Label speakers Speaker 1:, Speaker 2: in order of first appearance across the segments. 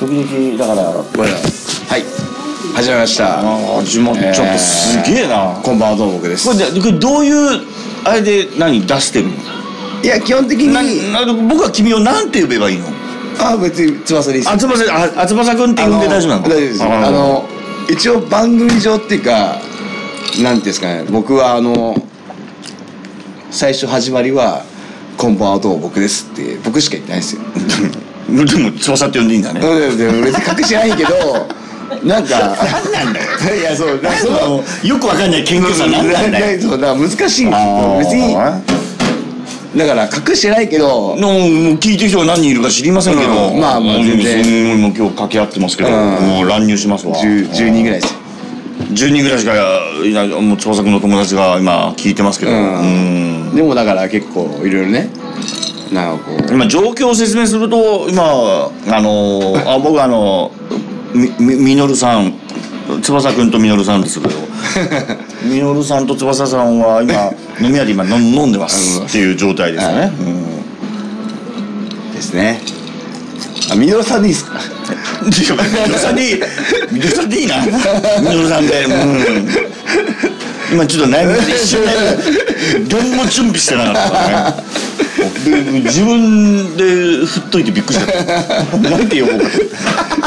Speaker 1: 時々だから
Speaker 2: はい始まりました
Speaker 1: 始まっちゃったすげえな
Speaker 2: こんばんはどうも僕です
Speaker 1: これでこれどういうあれで何出してるの
Speaker 2: いや基本的
Speaker 1: な
Speaker 2: に
Speaker 1: な僕は君を何て呼べばいいの
Speaker 2: あ別に翼でいいです
Speaker 1: あつばさああつばさくんって
Speaker 2: あ
Speaker 1: 呼
Speaker 2: の
Speaker 1: んで大丈夫なの
Speaker 2: 大丈夫ですあの一応番組上っていうかなんていうんですかね僕はあの最初始まりは「こんばんはどうも僕です」って僕しか言ってないんですよ
Speaker 1: のでもつばさって呼んでいいんだね
Speaker 2: うんでも別に隠してないけどなんか何なんだよいやそうだからその
Speaker 1: よくわかんない謙虚さなんなんだよ
Speaker 2: そうだから難しいんですよ別にだから隠してないけど
Speaker 1: のもう聞いてる人が何人いるか知りませんけど、
Speaker 2: うんまあまあ全然
Speaker 1: 然もう今日掛け合ってますけど、
Speaker 2: うん
Speaker 1: もう乱入しますわ
Speaker 2: 10 10人ぐらいですよ
Speaker 1: 10人ぐらいしかいないもう翼くんの友達が今聞いてますけど、
Speaker 2: うん
Speaker 1: うん
Speaker 2: でもだから結構いろいろねなんかこう
Speaker 1: 今状況を説明すると今あのーあ僕あのみみみのるさん翼くんとみのるさん ですけどみのるさんと翼さんは今飲み屋で今飲ん飲んでますっていう状態ですよね、うん
Speaker 2: ですねあみのるさんでいいです か
Speaker 1: いやミドさんでいいミドさんでい いなミドさんでうん今ちょっと悩みで一瞬悩みどんも準備してなかったから ねで自分で振っといてびっくりした何て呼ぼうか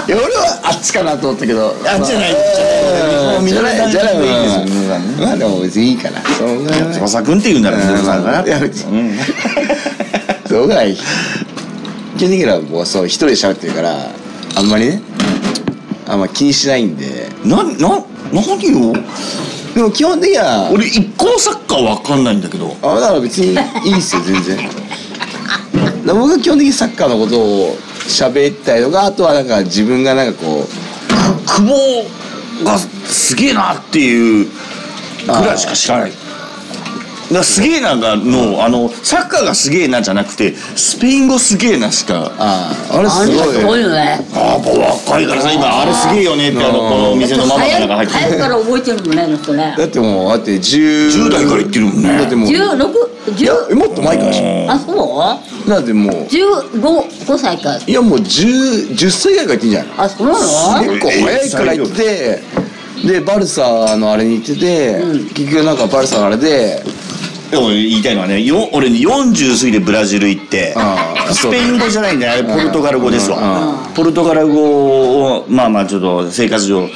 Speaker 2: いや俺はあっちかなと思ったけど
Speaker 1: あっちじゃない
Speaker 2: うん
Speaker 1: ミドさん
Speaker 2: じ
Speaker 1: で
Speaker 2: ゃない
Speaker 1: いいですよミド
Speaker 2: ま
Speaker 1: さ
Speaker 2: あ
Speaker 1: んね
Speaker 2: まあでも別にいいかなそんぐらいは
Speaker 1: 翼くんって言うならミドさんかな
Speaker 2: うんいや別に
Speaker 1: うん
Speaker 2: そうぐらい基本的にはもうそう一人で喋ってるからあんまりねあんま気にしないんで
Speaker 1: なな何よ
Speaker 2: でも基本的には
Speaker 1: 俺一向サッカーわかんないんだけど
Speaker 2: あだから別にいいっすよ全然だ僕は基本的にサッカーのことを喋ったりとかあとはなんか自分がなんかこう
Speaker 1: 久保がすげえなっていうぐらいしか知らない。だからすげえながのあのサッカーがすげえなじゃなくてスペイン語すげえなしか
Speaker 2: あああれ
Speaker 3: あ
Speaker 2: す
Speaker 3: の人
Speaker 2: ごい
Speaker 3: す
Speaker 2: よ
Speaker 3: ごいよね。
Speaker 1: あー若いからさ今あれすげえよねってあのこのお店のママさんが入って
Speaker 3: 早くから覚えてるもんね、あの人ね。
Speaker 2: だってもうだって10
Speaker 1: 10代から言ってるもんね
Speaker 2: だってもう
Speaker 3: 十六、
Speaker 2: い
Speaker 3: 十
Speaker 2: や、もっと前からでしょ
Speaker 3: あ、そう
Speaker 2: だってもう
Speaker 3: 十五、五歳か。
Speaker 2: いやもう 10, 10歳ぐらいから言ってんじゃない
Speaker 3: あ、そうなの
Speaker 2: 結構早いから行ってでバルサのあれに行ってて、
Speaker 3: うん
Speaker 2: 結局なんかバルサのあれで
Speaker 1: でも言いたいのはねよ俺40過ぎでブラジル行って
Speaker 2: あー
Speaker 1: スペイン語じゃないんだよあれポルトガル語です
Speaker 2: うん
Speaker 1: わポルトガル語をまあまあちょっと生活上、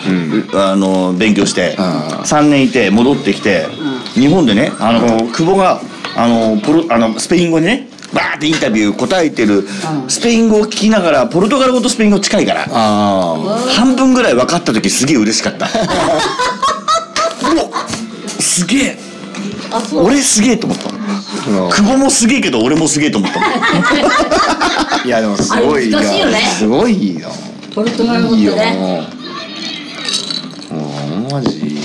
Speaker 1: あの勉強して
Speaker 2: うん
Speaker 1: 3年いて戻ってきて日本でねあの久保があのポルあのスペイン語にねバーってインタビュー答えてるスペイン語を聞きながらポルトガル語とスペイン語近いから
Speaker 2: あ
Speaker 1: 半分ぐらい分かった時すげえ嬉しかった おすげえ
Speaker 3: あ、そう。
Speaker 1: 俺すげえと思った
Speaker 2: あの
Speaker 1: 久保もすげえけど俺もすげえと思った
Speaker 2: いやでもすごい
Speaker 3: あれ難しいよね
Speaker 2: すごいよ
Speaker 3: ポルトガル語っ
Speaker 2: いい
Speaker 3: て
Speaker 2: よ
Speaker 3: ね。
Speaker 2: もうもうマジ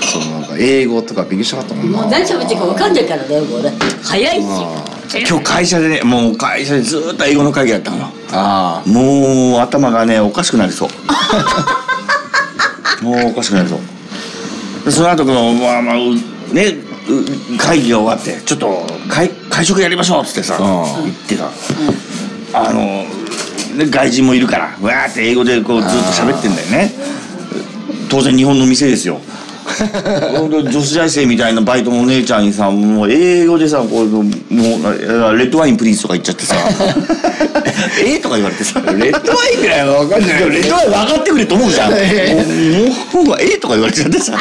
Speaker 2: そうなんか英語とか勉強したかったもんな
Speaker 3: もう何喋ってるかわかんないからね、もうね。早いし。
Speaker 1: 今日会社でねもう会社でずーっと英語の会議だったのよ
Speaker 2: あ
Speaker 1: もう頭がねおかしくなりそうもうおかしくなりそうでその後このまあまあうねう会議が終わってちょっと会会食やりましょうっつってさ
Speaker 2: うん
Speaker 1: 言ってさ、あのね外人もいるからわーって英語でこうずっと喋ってんだよね当然日本の店ですよほんと女子大生みたいなバイトのお姉ちゃんにさもう英語でさこうもうあレッドワインプリーズとか言っちゃってさ えーとか言われてさ
Speaker 2: あレッドワインぐらいは分かんない
Speaker 1: でもレッドワイン分かってくれと思うじ ゃん。もう
Speaker 2: え
Speaker 1: 方がええとか言われちゃって さ。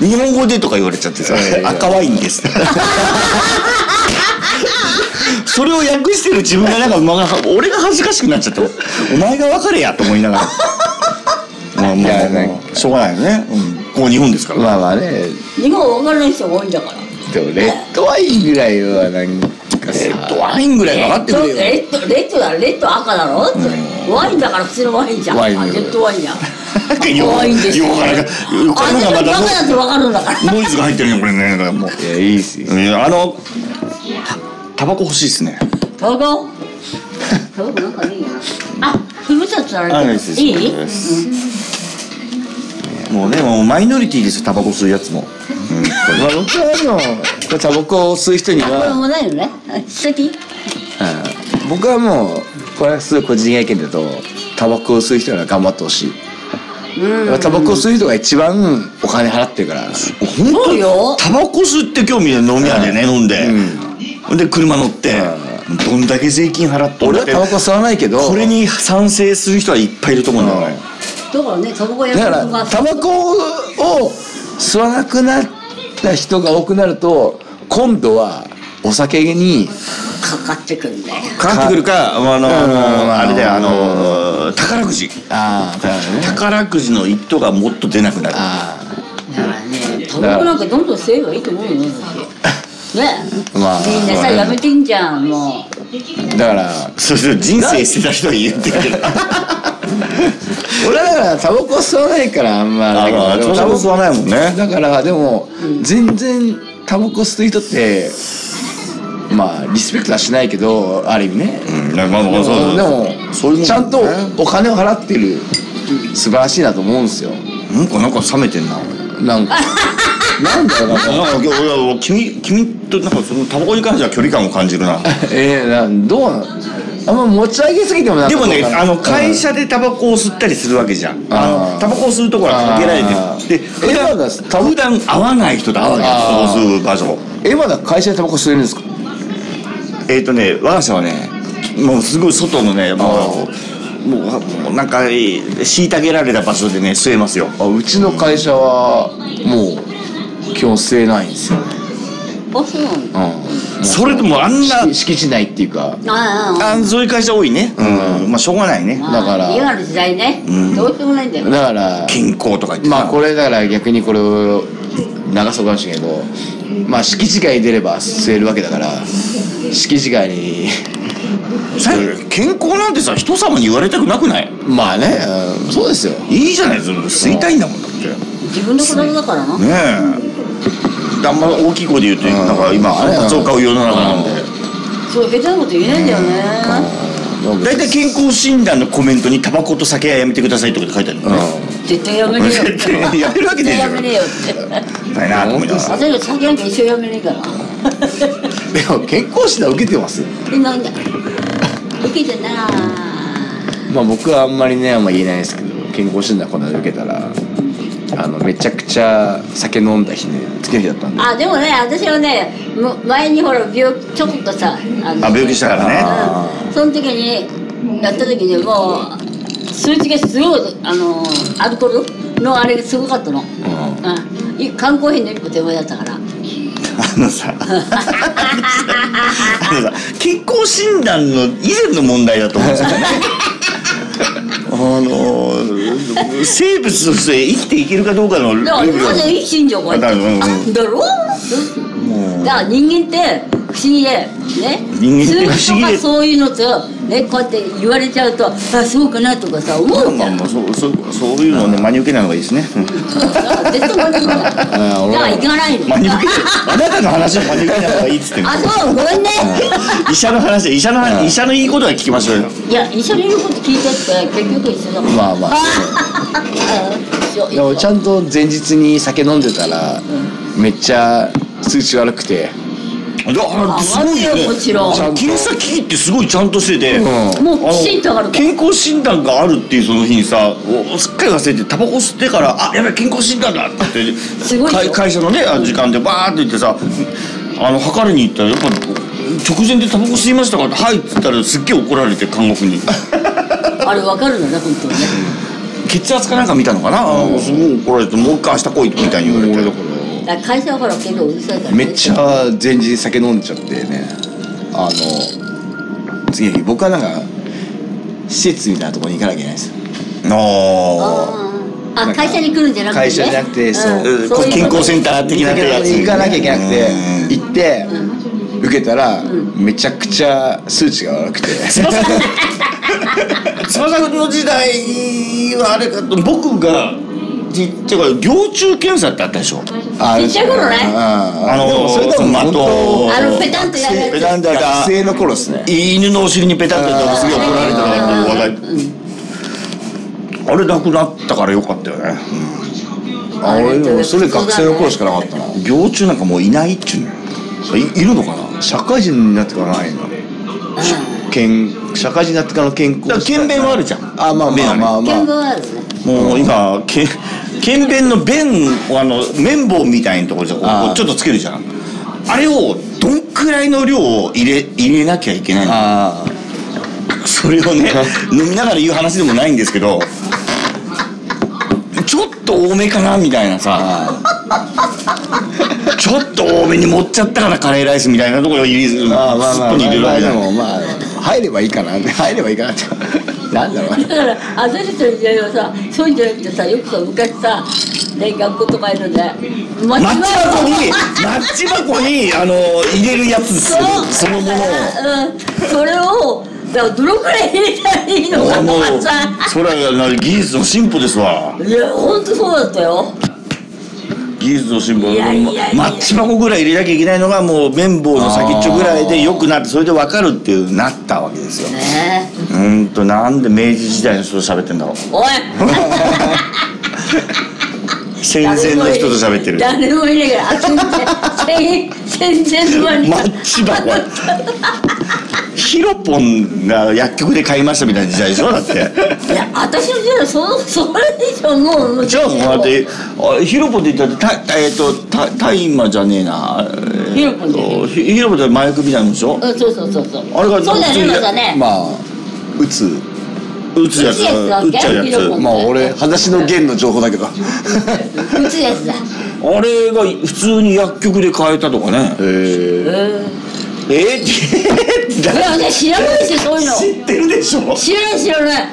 Speaker 1: 日本語でとか言われちゃってさ
Speaker 2: いやい、や
Speaker 1: 赤ワインです。それを訳してる自分がなんか、まあ、俺が恥ずかしくなっちゃって、お前が分かれやと思い ながら。まあまあまあ
Speaker 2: いやな
Speaker 1: ま
Speaker 2: ん
Speaker 1: あ、しょうがないよね。うんここ日本ですから。
Speaker 2: まあまあね
Speaker 3: 日本わからない人が多いんだか
Speaker 2: で
Speaker 3: ら。
Speaker 2: もレッドワインぐらいはなんか
Speaker 1: レッド
Speaker 2: さ
Speaker 1: ワインぐらい分かってくれよ。
Speaker 3: レッド、レッドだ、レッド赤だろワインだから普通のワインじゃん。
Speaker 2: ワイン
Speaker 3: あレッドワインじゃん。
Speaker 1: なんかよ
Speaker 3: 可愛いんですよ
Speaker 1: よくわからんこ
Speaker 3: あ、
Speaker 1: れなん
Speaker 3: でも
Speaker 1: か
Speaker 3: バカ
Speaker 1: まだ
Speaker 3: だってわかるんだから。
Speaker 1: ノイズが入ってるね、これね。だからもう
Speaker 2: いやいいっすよ
Speaker 1: いやあのタバコ欲しいですね
Speaker 3: タバコタバコなんかねえなあ、ふるさとならいいいい
Speaker 1: もうねもうマイノリティですよタバコ吸うやつも、うん、これ
Speaker 2: まあ僕はでもこれタバコを吸う人に
Speaker 3: これ
Speaker 2: は
Speaker 3: もないよね素敵
Speaker 2: うん僕はもうこれはすごい個人意見だとタバコを吸う人には頑張ってほしいタバコを吸う人が一番お金払ってるから
Speaker 1: 本当
Speaker 3: そうよ
Speaker 1: タバコ吸って今日みたいな飲み屋でね、飲んで、で車乗って、どんだけ税金払っとん
Speaker 2: 俺
Speaker 1: だっ
Speaker 2: は
Speaker 1: て
Speaker 2: タバコ吸わないけど
Speaker 1: これに賛成する人はいっぱいいると思うんだよね、
Speaker 3: だからねタバコや
Speaker 2: だか
Speaker 3: め
Speaker 2: ら
Speaker 3: るのが
Speaker 2: タバコを吸わなくなった人が多くなると今度はお酒に
Speaker 3: かかってくんだよ
Speaker 1: かかってくるかあの、
Speaker 2: ん
Speaker 1: あれだよあの、宝くじ
Speaker 2: ああだからね
Speaker 1: 宝くじの一等がもっと出なくなる
Speaker 2: あ
Speaker 3: だからねタバコなんかどんどん吸えばいいと思うよ私ね
Speaker 2: まあ
Speaker 3: みんなさやめてんじゃんもう
Speaker 2: あだから
Speaker 1: それで人生捨てた人は言ってく る
Speaker 2: 俺はだからタバコ吸わないからあんまあれ
Speaker 1: あ
Speaker 2: だ
Speaker 1: あ
Speaker 2: けど
Speaker 1: タバコ吸わないもんね
Speaker 2: だからでも全然タバコ吸う人ってまあリスペクトはしないけどある意味ね
Speaker 1: うんまあまあまあそうそう
Speaker 2: でも
Speaker 1: そういうもん
Speaker 2: ちゃんとお金を払ってる素晴らしいなと思うんですよ
Speaker 1: なんかなんか冷めてんな俺
Speaker 2: なん かなんだろうな
Speaker 1: なんか俺は君君となんかそのタバコに関しては距離感を感じるな
Speaker 2: えー、なんどうなんあんま持ち上げすぎてもなんか
Speaker 1: でもね
Speaker 2: どうかな
Speaker 1: あの会社でタバコを吸ったりするわけじゃんあ
Speaker 2: あー
Speaker 1: のタバコを吸うところは限ら
Speaker 2: あ
Speaker 1: れ
Speaker 2: ー
Speaker 1: てるで普
Speaker 2: えそうなん
Speaker 1: 段
Speaker 2: ですタバ
Speaker 1: 普段会わない人と会うわけよ
Speaker 2: あー
Speaker 1: タバコ吸う場所
Speaker 2: えまだ会社でタバコ吸えるんですか
Speaker 1: えっ、とね我が社はねもうすごい外のねもうもうもうなんか虐げられた場所でね吸えますよ
Speaker 2: あうちの会社はもう基本吸えないんですよ、
Speaker 3: あそうなん
Speaker 2: う
Speaker 3: だ
Speaker 2: ん、
Speaker 1: それでもあんな
Speaker 2: 敷敷地内っていうか
Speaker 3: あああ
Speaker 1: あそういう会社多いねうん、まあしょうがないね
Speaker 3: あ
Speaker 2: だから
Speaker 3: 今の時代ねどうしようもないんだよ
Speaker 2: だから
Speaker 1: 健康とか言って
Speaker 2: まあこれだから逆にこれを流そうかもしれないけどまあ敷地外に出れば吸えるわけだから敷地外に
Speaker 1: さ健康なんてさ人様に言われたくなくない
Speaker 2: まあね、うんそうですよ
Speaker 1: いいじゃないですか吸いたいんだもんだってね
Speaker 3: 自分の子供だからな
Speaker 1: えあんま大きい声で言うとなんか今
Speaker 2: あ
Speaker 1: 反
Speaker 2: れ
Speaker 1: 発を買う世の中なんで
Speaker 3: そう下手なこと言えないんだよね
Speaker 1: 大体健康診断のコメントにタバコと酒はやめてくださいってこと書いてあるのね
Speaker 3: 絶対やめねえよ
Speaker 1: 絶対やめるわけねえじゃん
Speaker 3: 絶対やめねえよって
Speaker 1: ないなと思いながら
Speaker 3: 私は酒なんか一生やめねえから
Speaker 2: でも健康診断受けてます
Speaker 3: えなんだ受けてな
Speaker 2: まあ僕はあんまりねあんま言えないですけど健康診断この間受けたらあのめちゃくちゃ酒飲んだ日ね次の日だったんで
Speaker 3: あでもね私はねむ前にほら病気ちょっとさあの
Speaker 1: あ病気したからね
Speaker 2: あ
Speaker 3: うんその時にやった時にもう数値がすごいあのアルコールのあれがすごかったの、うんい缶コーヒーの一歩手前だったから
Speaker 1: あのさあのさ健康診断の以前の問題だと思うんですよねあの生物として生きていけるかどうかのル
Speaker 3: だから
Speaker 1: ール
Speaker 3: 今で生きてんじゃんこれだ
Speaker 1: だ
Speaker 3: ろ
Speaker 1: からうんうん
Speaker 3: だから人間って不思議でね
Speaker 1: 人間って
Speaker 3: 数
Speaker 1: 不思議
Speaker 3: 字とか
Speaker 1: で
Speaker 3: そういうのとねこうやって言われちゃうとあそうかなとかさ思うじ
Speaker 1: ま
Speaker 3: ゃ
Speaker 1: あ
Speaker 3: ん
Speaker 1: まあそうそうそういうのをね真に受けない方がいいですねうん
Speaker 3: あ絶対真似だから
Speaker 2: うん
Speaker 3: じゃあ行かないの
Speaker 1: 真に受けないあなたの話は真に受けない方がいいっつってんの
Speaker 3: あそうごめんね
Speaker 1: 医者の話医者の話医者のいいことは聞きましょうよ
Speaker 3: いや一緒にいること聞いてって結局一緒だもん
Speaker 2: まあまあ
Speaker 3: 一緒
Speaker 2: でもちゃんと前日に酒飲んでたらめっちゃ数値悪くて
Speaker 1: あすごい
Speaker 3: 待てよもちろん
Speaker 1: ちゃと検査機器ってすごいちゃんとしてて、
Speaker 2: うん
Speaker 3: も
Speaker 1: あ
Speaker 3: う
Speaker 1: の
Speaker 3: きちんと上がるから
Speaker 1: 健康診断があるっていうその日にさおすっかり忘れてタバコ吸ってから「あやべえ健康診断だ」って言って
Speaker 3: すごいよ
Speaker 1: 会会社のねあの時間でバーって言ってさあの測りに行ったらやっぱ直前で「タバコ吸いましたか?」って「はい」っつったらすっげえ怒られて看護婦 に
Speaker 3: あれ分かるのね本当にね
Speaker 1: 血圧かなんか見たのかな、あのすごい怒られて「もう一回明日来い」みたいに言 われて
Speaker 3: だから会社はほら結構うるさいからね
Speaker 2: めっちゃ前日に酒飲んじゃってねあの次の日僕はなんか施設みたいなところに行かなきゃいけないんですよ
Speaker 1: あー
Speaker 3: あーあ会社に来るんじゃなくて、ね、
Speaker 2: 会社じゃなくてそう
Speaker 3: うんそういうこと
Speaker 1: 健康センター的なやつ
Speaker 2: 行かなきゃいけなく
Speaker 1: うん
Speaker 2: て行って受けたらめちゃくちゃ数値が悪くて
Speaker 1: 翼くんの時代はあれかと僕がちっていうか尿中検査ってあったでしょ
Speaker 2: あ
Speaker 3: ちっちゃい頃ね
Speaker 2: あ
Speaker 1: あのー
Speaker 2: でもそれ多分本当
Speaker 3: あのペタンとやるやつ
Speaker 1: ペタンとやる
Speaker 2: 学生の頃ですね
Speaker 1: 犬のお尻にペタッとやったらすげえ怒られたからっていう話題あれなくなったからよかったよね、
Speaker 2: あ俺でもそれ学生の頃しかなかったな
Speaker 1: 病中なんかもういないっちゅうのいいるのかな
Speaker 2: 社会人になってからないな
Speaker 3: う
Speaker 2: 健社会人になってからの健康
Speaker 1: だから検便はあるじゃん
Speaker 2: あまあまあまあまあ、
Speaker 3: 健康
Speaker 2: まあ、
Speaker 3: はですね
Speaker 1: もう今け検便の便をあの綿棒みたいなところでこう
Speaker 2: あー
Speaker 1: こうちょっとつけるじゃんあれをどんくらいの量を入れ入れなきゃいけないの
Speaker 2: あー
Speaker 1: それを ね飲みながら言う話でもないんですけどちょっと多めかなみたいなさ
Speaker 2: あ
Speaker 1: ちょっと多めに持っちゃったからカレーライスみたいなところを入れずすっ
Speaker 2: ーまあまあまあまあ
Speaker 1: ぽに入れるわけじゃ
Speaker 2: ま
Speaker 1: ん
Speaker 2: あでもまあ入ればいいかな入ればいいかなってなんだろうあれ
Speaker 3: だから私たちの時代はさそういうんじゃなくてさよくさ昔さね学校とかいるんでマ
Speaker 1: マッチ箱にマッチ箱にあの入れるやつですよそのものを。
Speaker 3: うんそれをだからどのくらい入れたらいいのか
Speaker 1: も
Speaker 3: と
Speaker 1: う
Speaker 3: かさ
Speaker 1: それは技術の進歩ですわ
Speaker 3: いや本当そうだったよ
Speaker 1: 技術の進歩
Speaker 3: いやいやいや
Speaker 1: マッチ箱ぐらい入れなきゃいけないのがもう綿棒の先っちょぐらいでよくなってそれで分かるっていうなったわけですよ
Speaker 3: ねえ
Speaker 1: うーんとなんで明治時代の人と喋ってんだろう
Speaker 3: おい
Speaker 1: 戦前の人と喋ってる
Speaker 3: 誰もいないから全然全然不安に
Speaker 1: マッチ箱ヒロポンが薬局で買いましたみたいな時代でしょだって
Speaker 3: いや私の時代はそそれでしょもう
Speaker 1: じゃあこうやってあヒロポンって言ったらたえっ、とた大麻じゃねえな
Speaker 3: ヒロポンで
Speaker 1: ヒヒロポンって麻薬みたいなもんでしょ
Speaker 3: うんそうそうそうそう
Speaker 1: あれが
Speaker 3: そうだよねまだね
Speaker 2: まあ打つ
Speaker 1: 打つやつ
Speaker 3: 打つやつだっ
Speaker 1: 打っ
Speaker 3: け
Speaker 1: ちゃうや
Speaker 3: ヒロ
Speaker 1: つ
Speaker 3: ポン
Speaker 2: まあ俺裸足の弦の情報だけどへ
Speaker 3: うちですだ
Speaker 1: あれが普通に薬局で買えたとかね
Speaker 2: え
Speaker 1: えー、 って
Speaker 3: いやね知らないですよそういうの
Speaker 1: 知ってるでしょ
Speaker 3: 知らない知らない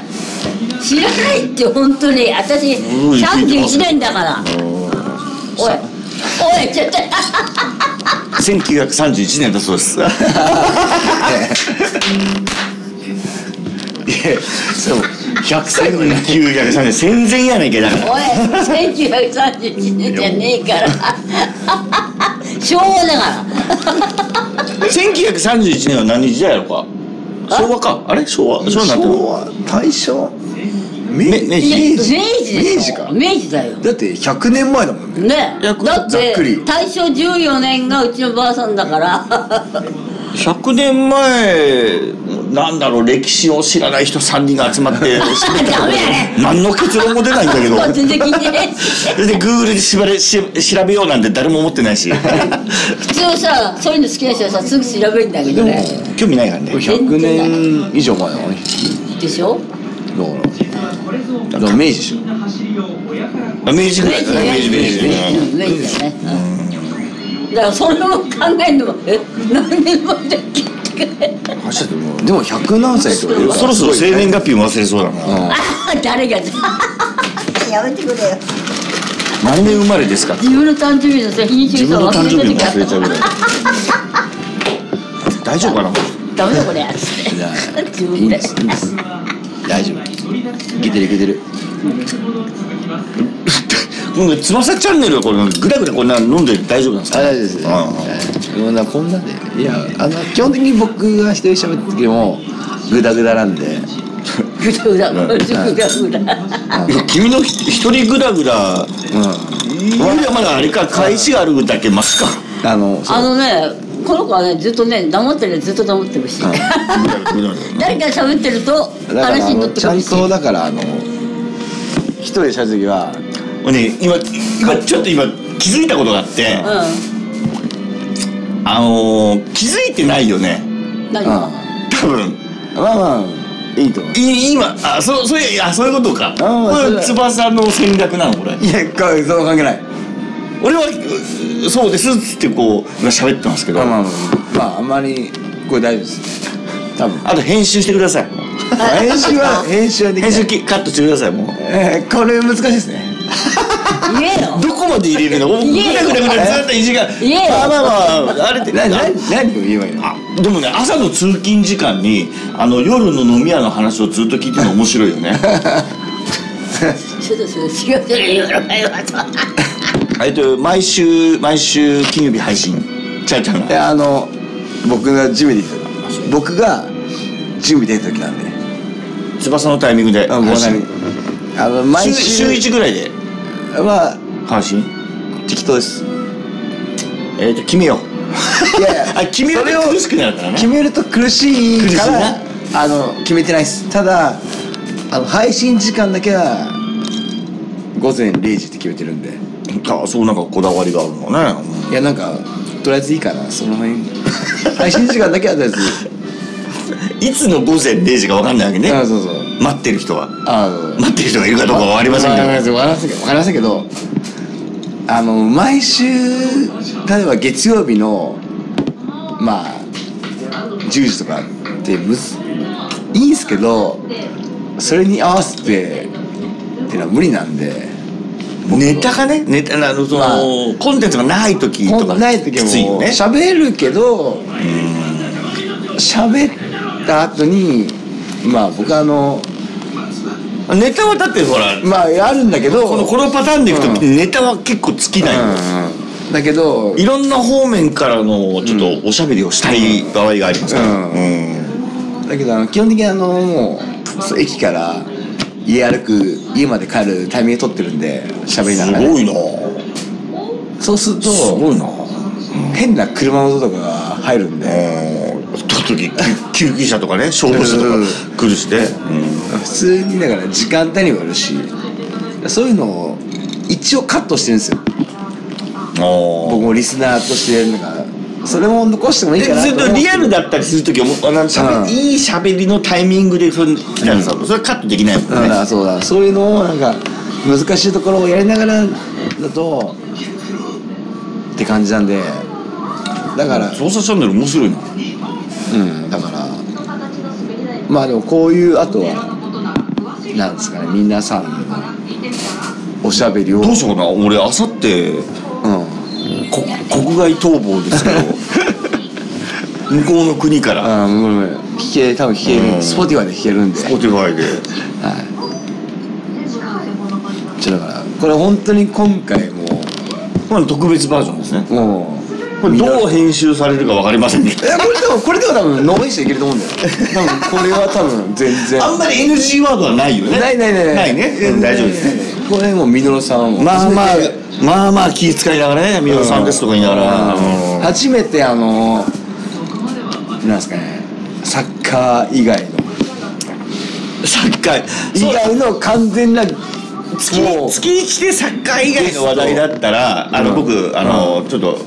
Speaker 3: 知らないって本当に私
Speaker 1: うん
Speaker 3: 31年だからおいおいちょちょ
Speaker 1: 1931年だそうです いやそう100歳ぐらい1930年戦前やねんけどだか
Speaker 3: おい1931年じゃねえから昭和だから
Speaker 1: ら1931年は何時代やろか昭和かあれ昭和昭和になってる
Speaker 2: 昭和大正明
Speaker 1: ねね
Speaker 3: いや明
Speaker 1: 明
Speaker 3: 治
Speaker 1: 治
Speaker 3: でし
Speaker 2: 明治か
Speaker 3: ょ明治だよ
Speaker 2: だって100年前だもんね
Speaker 3: ね
Speaker 1: いやこう
Speaker 3: だっ
Speaker 2: ざってくり
Speaker 3: 大正14年がうちのばあさんだから
Speaker 1: 100年前なんだろう歴史を知らない人3人が集ま って
Speaker 3: ダメやね
Speaker 1: 何の結論も出ないんだけ ど
Speaker 3: も う全然聞いてないし
Speaker 1: で Google でしばれし調べようなんて誰も思って ないし
Speaker 3: 普通さそういうの好きな人はさすぐ調べるんだけ
Speaker 1: で
Speaker 3: ど
Speaker 1: も
Speaker 3: ね
Speaker 1: 興味ないから ね
Speaker 2: 100年以上前なのね
Speaker 3: でしょ
Speaker 2: だからだから明治でしょ
Speaker 1: 明治ぐ
Speaker 3: 明
Speaker 1: らい
Speaker 3: 治
Speaker 1: だね明治明治明治
Speaker 3: 明治だねうんだからそれも考えんのもえ何年前だっけって
Speaker 2: でも100何歳とかいるから
Speaker 1: そろそろ生年月日も忘れそうだな
Speaker 2: うん
Speaker 3: ああ誰がやめてくれよ
Speaker 1: 何年生まれですか
Speaker 3: 自分の誕生日のさ日にち
Speaker 1: 自分の
Speaker 3: がさ
Speaker 1: 誕
Speaker 3: 忘
Speaker 1: 生日
Speaker 3: れ
Speaker 1: も
Speaker 3: た
Speaker 1: 忘れちゃうぐらい 大丈夫かな
Speaker 3: ダメだこれつ
Speaker 2: いや
Speaker 3: って自
Speaker 2: いい
Speaker 3: 分
Speaker 2: ん
Speaker 3: で
Speaker 2: ですいいんです大丈夫いけてるいけてる
Speaker 1: 今度翼チャンネルをこれグダグダこんな飲んで大丈夫なんですか
Speaker 2: あ大丈夫です
Speaker 1: うん
Speaker 2: もうなこんなでいやあの基本的に僕が一人喋っててもグダグダなんで
Speaker 3: ぐだぐだぐだぐだ
Speaker 1: いや君のひ一人グダグダ
Speaker 2: う
Speaker 1: 俺はまだあれか返しがあるだけマシか
Speaker 2: んあのそう
Speaker 3: あのねこの子はねずっとね黙ってるよずっと黙ってるし
Speaker 2: うん
Speaker 3: 誰か喋ってると
Speaker 2: だからあ
Speaker 3: 話に乗
Speaker 2: の
Speaker 3: っ
Speaker 2: ち
Speaker 3: てく
Speaker 2: ゃ
Speaker 3: る
Speaker 2: ん
Speaker 3: し
Speaker 2: とだからあの一人で喋るときは
Speaker 1: 俺 ね今今ちょっと今気づいたことがあって、
Speaker 3: う
Speaker 1: あのー、気づいてないよね
Speaker 3: ん何
Speaker 2: うん
Speaker 3: が
Speaker 2: ま
Speaker 1: 多分
Speaker 2: あまあいいと思う
Speaker 1: い今あそそれあそういうことか
Speaker 2: あー
Speaker 1: こ
Speaker 2: そう
Speaker 1: れ
Speaker 2: だ
Speaker 1: 翼の戦略なのこれ
Speaker 2: いやかその関係ない
Speaker 1: 俺はうそうですっつってこう今喋ってますけど、
Speaker 2: まあま
Speaker 1: あ
Speaker 2: あまあまああんまりこれ大丈夫です多分
Speaker 1: と編集してください
Speaker 2: 編集は編集はできな
Speaker 1: 編
Speaker 2: い
Speaker 1: 集きカットしてくださいもう
Speaker 2: えーこれ難しいですね
Speaker 3: 言えよ
Speaker 1: どこまで入れるのぐ
Speaker 3: 言え
Speaker 1: ら
Speaker 3: よ
Speaker 1: ぐらぐらずっと意地が
Speaker 3: 言えよ
Speaker 1: まあまあまああれって
Speaker 2: 何何何を言えばいいの
Speaker 1: あでもね朝の通勤時間にあの夜の飲み屋の話をずっと聞いてるの面白いよ ね
Speaker 3: ちょっとそれ違う違う言わないわと
Speaker 1: えっと毎週毎週金曜日配信ちゃうちゃう
Speaker 2: いやあの僕がジムに行ってた僕がジムに出た時なんで
Speaker 1: 翼のタイミングで
Speaker 2: あ
Speaker 1: 配信
Speaker 2: あの毎
Speaker 1: 週
Speaker 2: 週
Speaker 1: 週1ぐらいで
Speaker 2: は
Speaker 1: 配信
Speaker 2: 適当です
Speaker 1: えっと決めよう
Speaker 2: いやいや
Speaker 1: あ決めよう
Speaker 2: それを
Speaker 1: と苦しくなるから
Speaker 2: 決
Speaker 1: ね
Speaker 2: めると苦しいか
Speaker 1: 苦しい
Speaker 2: ら
Speaker 1: な
Speaker 2: あの決めてないですただあの配信時間だけは午前0時って決めてるんで
Speaker 1: あそうなんかこだわりがあるのね
Speaker 2: いやなんかとりあえずいいかなその 辺配信時間だけはとりあえず
Speaker 1: いつの午前0時か分かんないわけね
Speaker 2: あそうそう
Speaker 1: 待ってる人は
Speaker 2: あの
Speaker 1: 待ってる人がいるかどうかは分かりません
Speaker 2: わ
Speaker 1: け
Speaker 2: か
Speaker 1: ど
Speaker 2: りませんわかりませんけどわかりませんけどあの毎週例えば月曜日のまあ10時とかってむずいいんすけどそれに合わせてっていうのは無理なんで
Speaker 1: ネタがねネタあのその、
Speaker 2: まあ
Speaker 1: コンテンツがない時
Speaker 2: 本
Speaker 1: と
Speaker 2: 当
Speaker 1: か
Speaker 2: ない時
Speaker 1: きついよ
Speaker 2: も
Speaker 1: ね
Speaker 2: 喋るけど喋った後にまあ僕はあの
Speaker 1: ネタはだってほら
Speaker 2: まああるんだけど
Speaker 1: このこのパターンでいくと、
Speaker 2: うん
Speaker 1: ネタは結構尽きない、
Speaker 2: うんうんだけど
Speaker 1: いろんな方面からのちょっとおしゃべりをしたい場合がありますから、
Speaker 2: うん
Speaker 1: うん
Speaker 2: だけどあの基本的にあのもうそう駅から家歩く家まで帰るタイミング取ってるんで喋りな
Speaker 1: す
Speaker 2: がらね、
Speaker 1: ごいな
Speaker 2: そうすると
Speaker 1: すごいな
Speaker 2: 変な車の音とかが入るんで、
Speaker 1: うん時々救救急車とかね消防車とか来るしで、うん
Speaker 2: 普通にだから時間帯にもよるしそういうのを一応カットしてるんですよ
Speaker 1: ああ
Speaker 2: 僕もリスナーとしてなんかそれも残してもいい
Speaker 1: で
Speaker 2: かな
Speaker 1: ずっ
Speaker 2: と思っ
Speaker 1: と
Speaker 2: て
Speaker 1: リアルだったりする時もあなんかしゃべ
Speaker 2: うん
Speaker 1: いいしゃべりのタイミングでそれ来たらさ、それカットできないもんね、
Speaker 2: だからそうだそういうのをなんか難しいところをやりながらだとって感じなんでだから
Speaker 1: 操作チャンネル面白いな
Speaker 2: うんだからまあでもこういうあとはなんですかね皆さんのおしゃべりを、うん
Speaker 1: どうしようかな俺あさって
Speaker 2: う
Speaker 1: 国外逃亡ですけど 向こうの国から
Speaker 2: ん、ごめんごめん聞け多分聞け
Speaker 1: うん
Speaker 2: るスポティファイで聞けるんで、は
Speaker 1: Spotify で
Speaker 2: い、ちょっとだからこれ本当に今回も
Speaker 1: まあ特別バージョンですね
Speaker 2: うもう
Speaker 1: これどう編集されるか分かりませんね
Speaker 2: いやこれでもこれでも多分ノーインしいけると思うんだよ多分これは多分全然
Speaker 1: あんまり NG ワードはないよね
Speaker 2: ないないない
Speaker 1: ないねうん大丈夫ですね
Speaker 2: これもうみのるさんはもう
Speaker 1: まあまあまあまあ気遣いながらねみのさんですとか言いながら
Speaker 2: うん
Speaker 1: うん
Speaker 2: 初めてあのなんですかねサッカー以外の
Speaker 1: サッカー
Speaker 2: 以
Speaker 1: そう
Speaker 2: 外の完全な
Speaker 1: 月
Speaker 2: もう
Speaker 1: 月1でサッカー以外の話題だったらあの
Speaker 2: うん
Speaker 1: 僕あのちょっと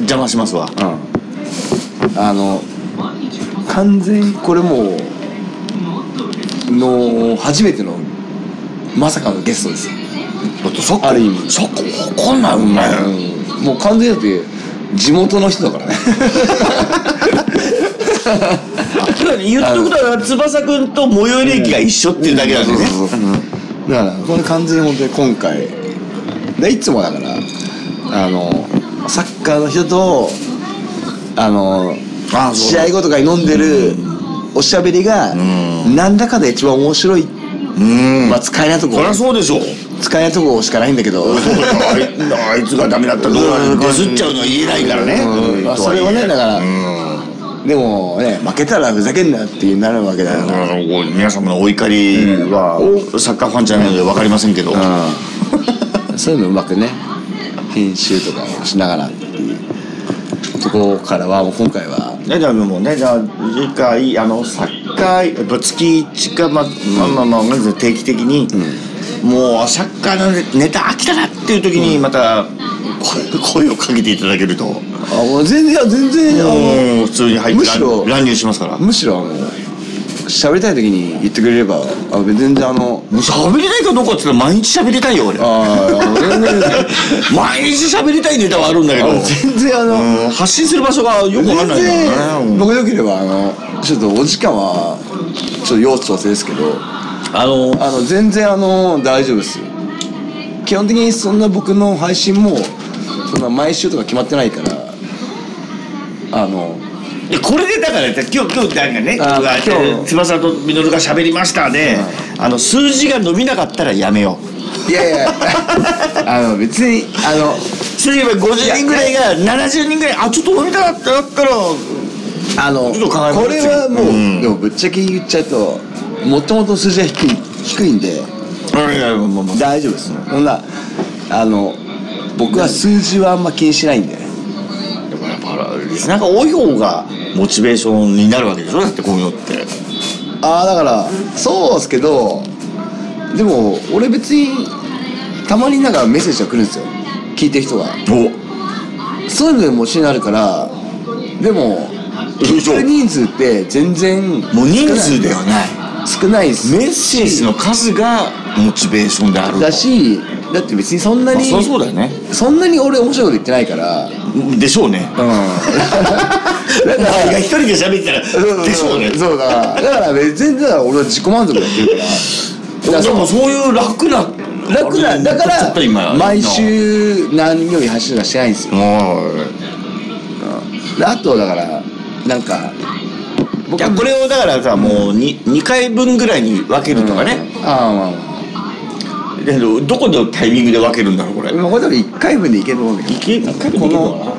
Speaker 1: 邪魔しますわ
Speaker 2: うんあの完全にこれもうの初めてのまさかのゲストですよ
Speaker 1: だってサッカー
Speaker 2: ある意味
Speaker 1: サッカー分かんないもんね
Speaker 2: うんもう完全にだって地元の人だからね
Speaker 1: ただね言っとくとあの翼くんと最寄り駅が一緒っていうだけなんでね
Speaker 2: そうそうそうだからこれ完全に本当に今回でいつもだからあのサッカーの人とあの
Speaker 1: あそう
Speaker 2: 試合後とかに飲んでるおしゃべりが
Speaker 1: ん
Speaker 2: なんだかで一番面白い、
Speaker 1: うん
Speaker 2: まあ、使えないとこ
Speaker 1: そりゃそうでしょう
Speaker 2: 使えないとこしかないんだけ ど
Speaker 1: あいあいつがダメだったらどうな
Speaker 2: う
Speaker 1: る
Speaker 2: ん
Speaker 1: ディスっちゃうのは言えないからね
Speaker 2: うん
Speaker 1: うん
Speaker 2: まあ
Speaker 1: とはいえ
Speaker 2: それはねだから
Speaker 1: うん
Speaker 2: でもね負けたらふざけんなっていうなるわけだ
Speaker 1: だ
Speaker 2: か
Speaker 1: かららこう皆様のお怒りはサッカーファンじゃないので分かりませんけど
Speaker 2: うん、 そういうのうまくね編集とかをしながらっていうところからはもう今回は
Speaker 1: ねじゃあもうねじゃあ次回あのサッカーやっぱ月1かまあまあまあまず定期的に、もうサッカーのネネタ飽きたなっていう時にまた声声をかけていただけると、も
Speaker 2: あもう全然いや全然あ
Speaker 1: う普通に入っ
Speaker 2: む
Speaker 1: て
Speaker 2: しろ
Speaker 1: 乱乱入しますから
Speaker 2: のむしろあの喋りたい時に言ってくれればあ全然あの
Speaker 1: 喋りたいかどうかって言ったら毎日喋りたいよ俺
Speaker 2: あーあの 全然
Speaker 1: 毎日喋りたいネタはあるんだけど
Speaker 2: あの全然あの
Speaker 1: うん発信する場所がよくわかんないからね
Speaker 2: 全然僕でよければあのちょっとお時間はちょっと要調整ですけど
Speaker 1: あの
Speaker 2: あの全然あの大丈夫ですよ基本的にそんな僕の配信もそんな毎週とか決まってないからあの
Speaker 1: でこれでだから今日今日なんかね
Speaker 2: あ
Speaker 1: 僕が
Speaker 2: 今日
Speaker 1: 翼とみのるが喋りましたで、あの数字が伸びなかったらやめよう
Speaker 2: いやい やあの別にあの
Speaker 1: 数字が50人ぐらいが70人ぐらいあちょっと伸びたかっただったら
Speaker 2: あの
Speaker 1: ちょっと考えます
Speaker 2: これはもう、
Speaker 1: うん
Speaker 2: でもぶっちゃけ言っちゃうともともと数字は低い低いんで
Speaker 1: いやいやもうもう
Speaker 2: 大丈夫ですほんなあの僕は数字はあんま気にしないんで
Speaker 1: やっぱリスナーが多い方がモチベーションになるわけでしょだってこういうのって
Speaker 2: ああだからそうっすけどでも俺別にたまになんかメッセージが来るんですよ聞いてる人が
Speaker 1: お
Speaker 2: そういうのでもしになるからでも
Speaker 1: 嘘
Speaker 2: 聞く人数って全然
Speaker 1: もう人数ではない
Speaker 2: 少ないっす
Speaker 1: メッセージの数がモチベーションであると
Speaker 2: だしだって別にそんな
Speaker 1: まあ
Speaker 2: に
Speaker 1: そりゃそうだよね
Speaker 2: そんなに俺面白いこと言ってないからうん
Speaker 1: でしょうね
Speaker 2: だから
Speaker 1: 誰が一人で喋ったらでしょうね
Speaker 2: そうだだから別に全然だから俺は自己満足でやってるからだから
Speaker 1: でもそういう楽な
Speaker 2: 楽なだか
Speaker 1: ちょっと今
Speaker 2: ら毎週何曜日走るとかしてないんですよ
Speaker 1: もう
Speaker 2: であとだからなんか
Speaker 1: いやこれをだからさもう 2, 2回分ぐらいに分けるとかね、
Speaker 2: ああまあまあ
Speaker 1: でどこのタイミングで分けるんだろうこれ
Speaker 2: まあこれ多分1回分でいけると思うんだけど
Speaker 1: いけ一回分でいける
Speaker 2: こ
Speaker 1: のか
Speaker 2: の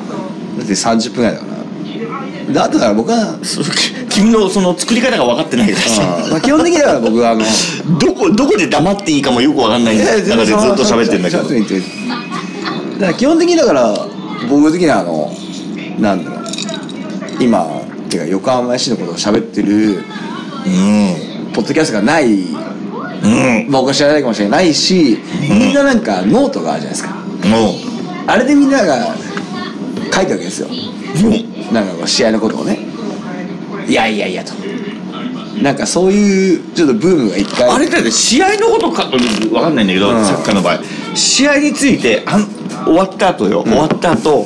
Speaker 2: だって30分ぐらいだからであとだから 僕は
Speaker 1: そう君のその作り方が分かってないから
Speaker 2: あ
Speaker 1: さ
Speaker 2: ーまあ基本的にだから僕はあの
Speaker 1: どこどこで黙っていいかもよく分かんない中でずっと喋ってんだけど
Speaker 2: 喋ってるだから基本的にだから僕的にはあのなんだろう今てか横浜市のことを喋ってる
Speaker 1: うん
Speaker 2: ポッドキャストがない
Speaker 1: うん
Speaker 2: 僕は知らないかもしれないし、みんななんかノートがあるじゃないですか
Speaker 1: もう
Speaker 2: あれでみんなが書いたわけですよ
Speaker 1: も
Speaker 2: なんかこう試合のことをねいやいやいやとなんかそういうちょっとブームが一回
Speaker 1: あれだよね試合のことか分かんないんだけど、
Speaker 2: うん
Speaker 1: サッカーの場合試合についてあん終わった後よ、終わった後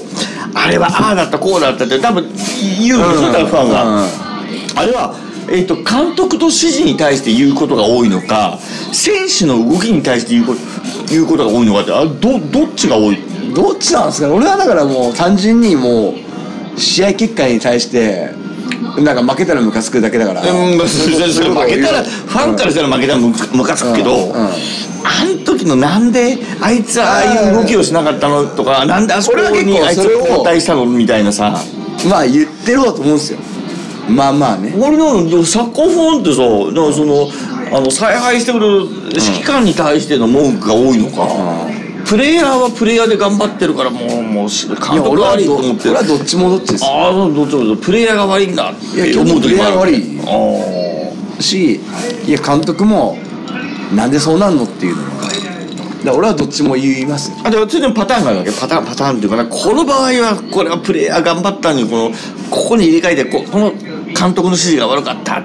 Speaker 1: あれはああだったこうだったって多分言うんでしょ、多分ファンが、
Speaker 2: うん
Speaker 1: あれは、えっと監督と指示に対して言うことが多いのか選手の動きに対して言うこと言うことが多いのかってあどどっちが多い
Speaker 2: どっちなんですかね俺はだからもう単純にもう試合結果に対してなんか負けたらムカつくだけだから、
Speaker 1: うん、そ
Speaker 2: そう
Speaker 1: れ
Speaker 2: いうこと
Speaker 1: それ負けたら、ファンからしたら負けたらむかむかつくけど、
Speaker 2: うんうん
Speaker 1: あん時のなんであいつああいう動きをしなかったのとか、なんであそこ
Speaker 2: 俺は結
Speaker 1: に
Speaker 2: 構
Speaker 1: あいつ
Speaker 2: それを
Speaker 1: 交代したのみたいなさ、
Speaker 2: まあ言ってろうと思うんですよまあまあね
Speaker 1: 俺の昨今フォンってさ、だからその、あの采配してくる指揮官に対しての文句が多いのか。プレイヤーはプレイヤーで頑張ってるからもうもうし監
Speaker 2: いや
Speaker 1: 督
Speaker 2: 俺
Speaker 1: が
Speaker 2: は
Speaker 1: 悪いと
Speaker 2: ど
Speaker 1: 思って
Speaker 2: 俺はどっちもどっちです
Speaker 1: ああそうどっちもどっちもプレイヤーが悪いんだって思う時もある
Speaker 2: いや基本的にプレイヤーしいや監督もなんでそうなんのっていうのはだから俺はどっちも言いますよ
Speaker 1: あでも常にパターンがあるわけパターンパターンっていうかなこの場合はこれはプレイヤー頑張ったのにこのここに入れ替えてここの監督の指示が悪かった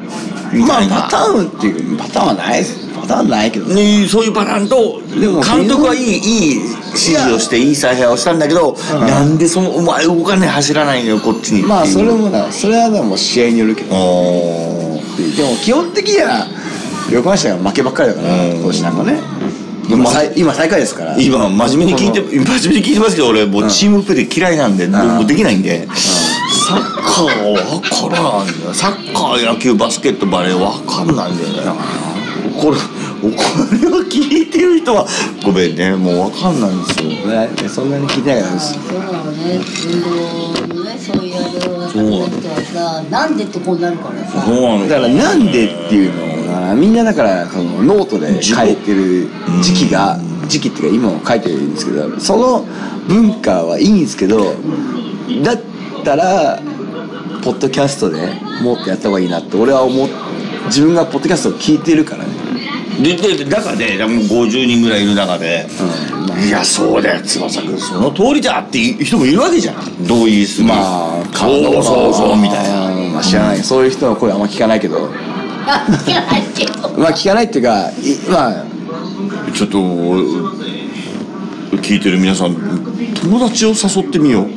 Speaker 1: み
Speaker 2: ま
Speaker 1: たいな、
Speaker 2: あパターンっていうパターンはないですパターンないけどね
Speaker 1: ね、そういうパターンと
Speaker 2: でも
Speaker 1: 監督はいいいい指示をしていい采配をしたんだけど、なんでそのお前動かない走らないのよこっちに
Speaker 2: まあ
Speaker 1: ってい
Speaker 2: そうれもなそれはでも試合によるけど
Speaker 1: おー
Speaker 2: でも基本的には横浜市は負けばっかりだから
Speaker 1: うん
Speaker 2: 今年なんかね
Speaker 1: ま
Speaker 2: 今
Speaker 1: あ
Speaker 2: 最今最下位ですから
Speaker 1: 今真面目に聞いて
Speaker 2: こ
Speaker 1: 真面目に聞いてますけど俺もうチームプレー嫌いなんで、もうもうできないんで、サッカーは分からないんだよサッカー野球バスケットバレー分かんないんだよねこれこれを聞いてる人はごめんねもう分かんないんですよ
Speaker 2: のねそんなに聞いてないからです
Speaker 3: そうなのね運動のねそういうあれをやってはさなんでってこうなるからさ
Speaker 1: そうなの
Speaker 2: だからなんでっていうのをなみんなだからそのノートで書いてる時期が時期っていうか今も書いてるんですけどその文化はいいんですけどだったらポッドキャストでもっとやった方がいいなって俺は思う自分がポッドキャストを聞いてるからね
Speaker 1: でで中でもう50人ぐらいいる中で、
Speaker 2: うんまあ
Speaker 1: いやそうだよ翼君その通りだっていう人もいるわけじゃん同意する
Speaker 2: まあ
Speaker 1: そうそうそうみたいな
Speaker 2: な、まあ、知らない、そういう人の声あんま聞かないけど
Speaker 3: あいやないけど
Speaker 2: まあ聞かないっていうかいまあ
Speaker 1: ちょっと聞いてる皆さん友達を誘ってみよう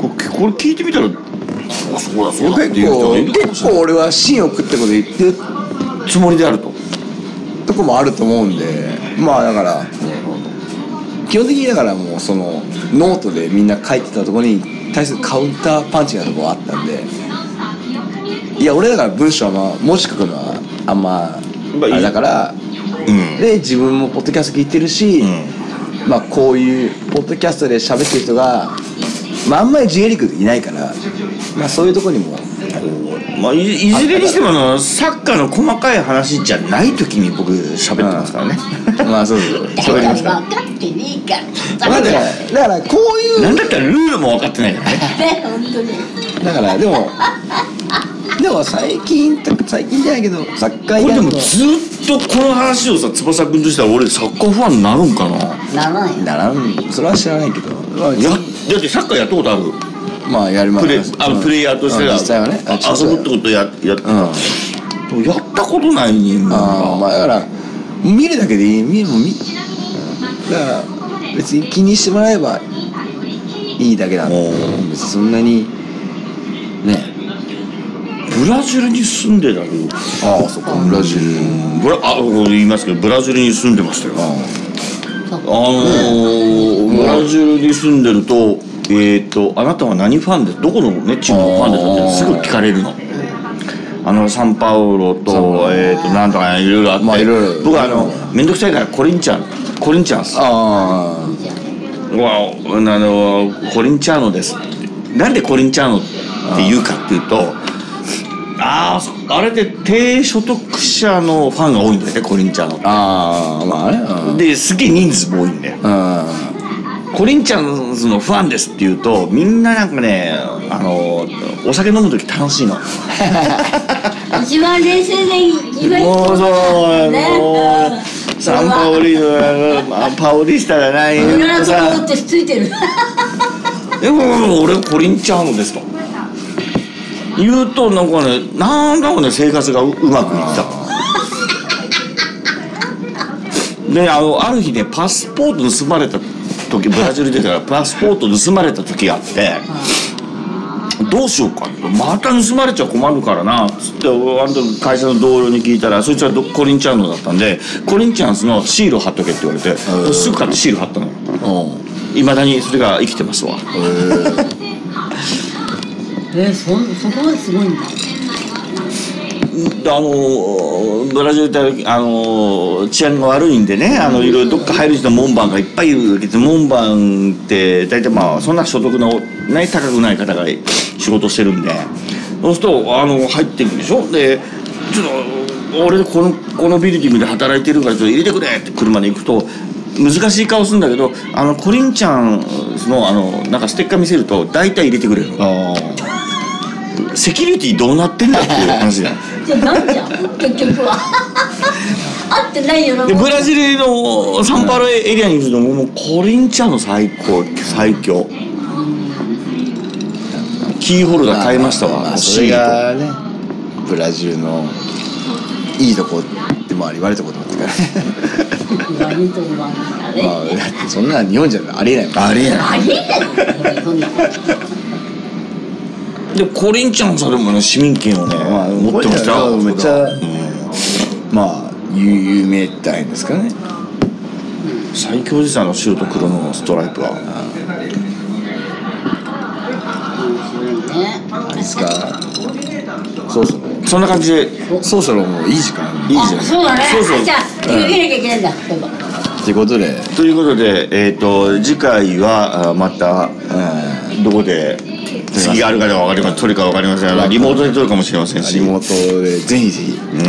Speaker 1: これこれ聞いてみたらあそうだそうだって
Speaker 2: 結
Speaker 1: いう人がい
Speaker 2: 構
Speaker 1: るかもし
Speaker 2: 結
Speaker 1: れな
Speaker 2: 構俺は芯を食ってこと言ってる
Speaker 1: いつもりであると
Speaker 2: とこもあると思うんでまあだから基本的にだからもうそのノートでみんな書いてたところに対するカウンターパンチがとこがあったんでいや俺だから文章はまあ文字書くのはあんま
Speaker 1: まあ
Speaker 2: あ
Speaker 1: いい
Speaker 2: れだから
Speaker 1: うん
Speaker 2: で自分もポッドキャスト聞いてるし、まあこういうポッドキャストで喋ってる人が、まあ、あんまり J リーグでいないから、まあ、そういうとこにも
Speaker 1: まあ、いいずれにしてもあのサッカーの細かい話じゃない時に僕喋ってますからね、
Speaker 2: まあそう そう
Speaker 3: だ
Speaker 2: そう
Speaker 3: か
Speaker 2: いう
Speaker 3: ら
Speaker 2: の
Speaker 3: 分かってねえから
Speaker 2: まあだからだからこういう
Speaker 1: なんだったらルールも分かってないからね
Speaker 3: ね本当に
Speaker 2: だからでもでも最近最近じゃないけどサッカー以
Speaker 1: これで
Speaker 2: 外
Speaker 1: も
Speaker 2: の
Speaker 1: ずっとこの話をさ翼君としたら俺サッカーファンになるんかな
Speaker 3: ならないよ
Speaker 2: ならんそれは知らないけどまあ
Speaker 1: やだってサッカーやったことある
Speaker 2: まあやりま
Speaker 1: プレ
Speaker 2: す
Speaker 1: あのプレイヤーとして
Speaker 2: うん
Speaker 1: は
Speaker 2: 実際はね
Speaker 1: あ遊ぶってことやや,、
Speaker 2: うんあ
Speaker 1: やったことない人間
Speaker 2: あま
Speaker 1: が
Speaker 2: あだから見るだけでいい見るもう見だから別に気にしてもらえばいいだけなんで
Speaker 1: おー
Speaker 2: 別にそんなにね
Speaker 1: ブラジルに住んでたけど
Speaker 2: ああそっかブラジル
Speaker 1: ブラあ言いますけどブラジルに住んでましたよあ
Speaker 3: そう
Speaker 1: のー、ブラジルに住んでるとえっ、と「あなたは何ファンですどこの、ね、チームのファンですか?」ってすぐ聞かれるの。あのサンパウロ
Speaker 2: サンパウ
Speaker 1: と,、えー、となんとかいろいろあって、
Speaker 2: まあいろいろ
Speaker 1: 僕はあの面倒くさいからコリンチャンコリンチャンス
Speaker 2: あ
Speaker 1: わあのコリンチャーノですなんでコリンチャーノって言うかっていうとあーあれって低所得者のファンが多いんだよねコリンチャーノっ
Speaker 2: あああまああれうん
Speaker 1: てですげえ人数も多いんだよ
Speaker 2: うん
Speaker 1: コリンチャーズのファンですっていうとみんななんかねあのお酒飲む時楽しい の
Speaker 3: 一番冷静で一番
Speaker 1: もうそう、
Speaker 3: ね
Speaker 1: もうサンパオリーノあパオリスタじゃない
Speaker 3: いろんなと
Speaker 1: さ
Speaker 3: こ持ってついてる
Speaker 1: でも俺コリンチャーノですと言うとなんかねなんだかね生活がううまくいったであのある日ねパスポート盗まれた時ブラジルでからパスポート盗まれた時があってどうしようかとまた盗まれちゃ困るからなつってあの会社の同僚に聞いたらそいつはどコリンチャーノだったんでコリンチャンスのシールを貼っとけって言われてすぐ買ってシール貼ったのよ
Speaker 2: うん
Speaker 1: いまだにそれが生きてますわ
Speaker 3: えそそこまですごいんだ
Speaker 1: であのーブラジルってあのー治安が悪いんでねあのいろいろどっか入る人の門番がいっぱいいるわけです門番って大体まあそんな所得のない高くない方が仕事してるんでそうするとあの入っていくでしょでちょっと俺このこのビルディングで働いてるからちょっと入れてくれって車で行くと難しい顔するんだけどあのコリンちゃんのあのなんかステッカー見せると大体入れてくれる
Speaker 2: ああ
Speaker 1: セキュリティどうなってんだっていう話だよ
Speaker 3: じゃあなんじゃん結局は合ってないよな
Speaker 1: でブラジルのサンパウロエリアにいるのももうコリンチャーノ最高最強キーホルダー買いましたわ、
Speaker 2: まあそ
Speaker 1: シ
Speaker 2: れ
Speaker 1: ール
Speaker 2: がねブラジルのいいとこでもあり悪いとこでもあってから
Speaker 3: 悪いとこもあるからね、
Speaker 2: まあだってそんな日本じゃありえないもん
Speaker 1: とあれや
Speaker 3: ありえないよそんなこと
Speaker 1: でコリンチャーノさんでもね市民権をね、
Speaker 2: まあ
Speaker 1: 持ってましたよ
Speaker 2: めっちゃ
Speaker 1: うん
Speaker 2: まあ有有名ってあるんですかね
Speaker 1: 最強ですあの白と黒のストライプは
Speaker 3: 面白いね
Speaker 2: あれですかそろそろ
Speaker 1: そんな感じで
Speaker 2: そろそろもういい時間いい
Speaker 3: あ
Speaker 2: じゃない
Speaker 3: そうだね
Speaker 1: そうそう
Speaker 3: じゃあ出かけなきゃいけないんだそういえば
Speaker 2: っていうことで
Speaker 1: ということでえっ、と次回はあまた
Speaker 2: う
Speaker 1: どこで次があるかでは分かりません撮るか分かりませんがリモートで撮るかもしれません
Speaker 2: ん
Speaker 1: し
Speaker 2: リ
Speaker 1: う
Speaker 2: モートでぜひぜひ
Speaker 1: ー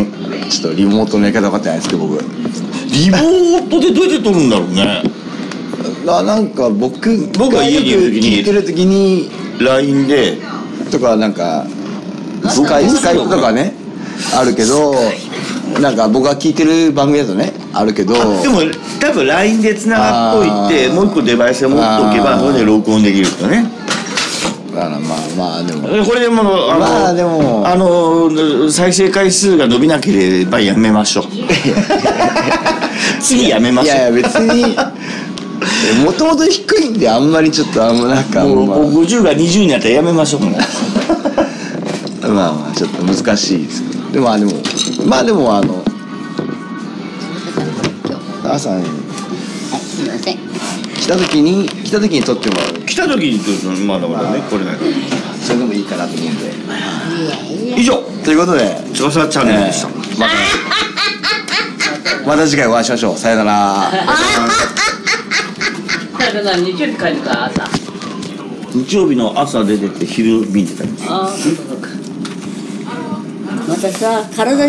Speaker 1: ん
Speaker 2: ちょっとリモートのやり方分かってないですけど僕
Speaker 1: リモートでどうやって撮るんだろうね
Speaker 2: ななんか僕
Speaker 1: 僕は家にいる時に
Speaker 2: 聞いてる時に
Speaker 1: LINE で
Speaker 2: とかなんかスカイスカイプとかねあるけどなんか僕が聞いてる番組だとねあるけど
Speaker 1: でも多分 LINE でつながっといて
Speaker 2: あー
Speaker 1: もう一個デバイスを持っておけ
Speaker 2: あ
Speaker 1: ば
Speaker 2: ー
Speaker 1: それで録音できるとね
Speaker 2: だからまあまあでも
Speaker 1: これでもあの、
Speaker 2: まあでも
Speaker 1: あの再生回数が伸びなければやめま しょう次やめま
Speaker 2: い
Speaker 1: しょう
Speaker 2: やいや別 にもともと低いんであんまりちょっとあんまなんか
Speaker 1: もう
Speaker 2: まあ
Speaker 1: もう50が20になったらやめましょうもう
Speaker 2: まあまあちょっと難しいですけどでもまあでもまあでもあの朝に
Speaker 3: はいすいません
Speaker 2: 来た時に来た時に撮ってもらう
Speaker 1: 来た時にちょっとまだまだねこれない
Speaker 2: それでもいいかなと思うんで
Speaker 3: いやいや
Speaker 1: 以上
Speaker 2: ということで
Speaker 1: 翼チャンネルでした、
Speaker 2: えーまたまた次回お会いしましょうさよなら
Speaker 4: だから日曜日帰るから朝
Speaker 1: 日曜日の朝出てって昼便出たり
Speaker 4: ああそうかそうか
Speaker 3: またさ体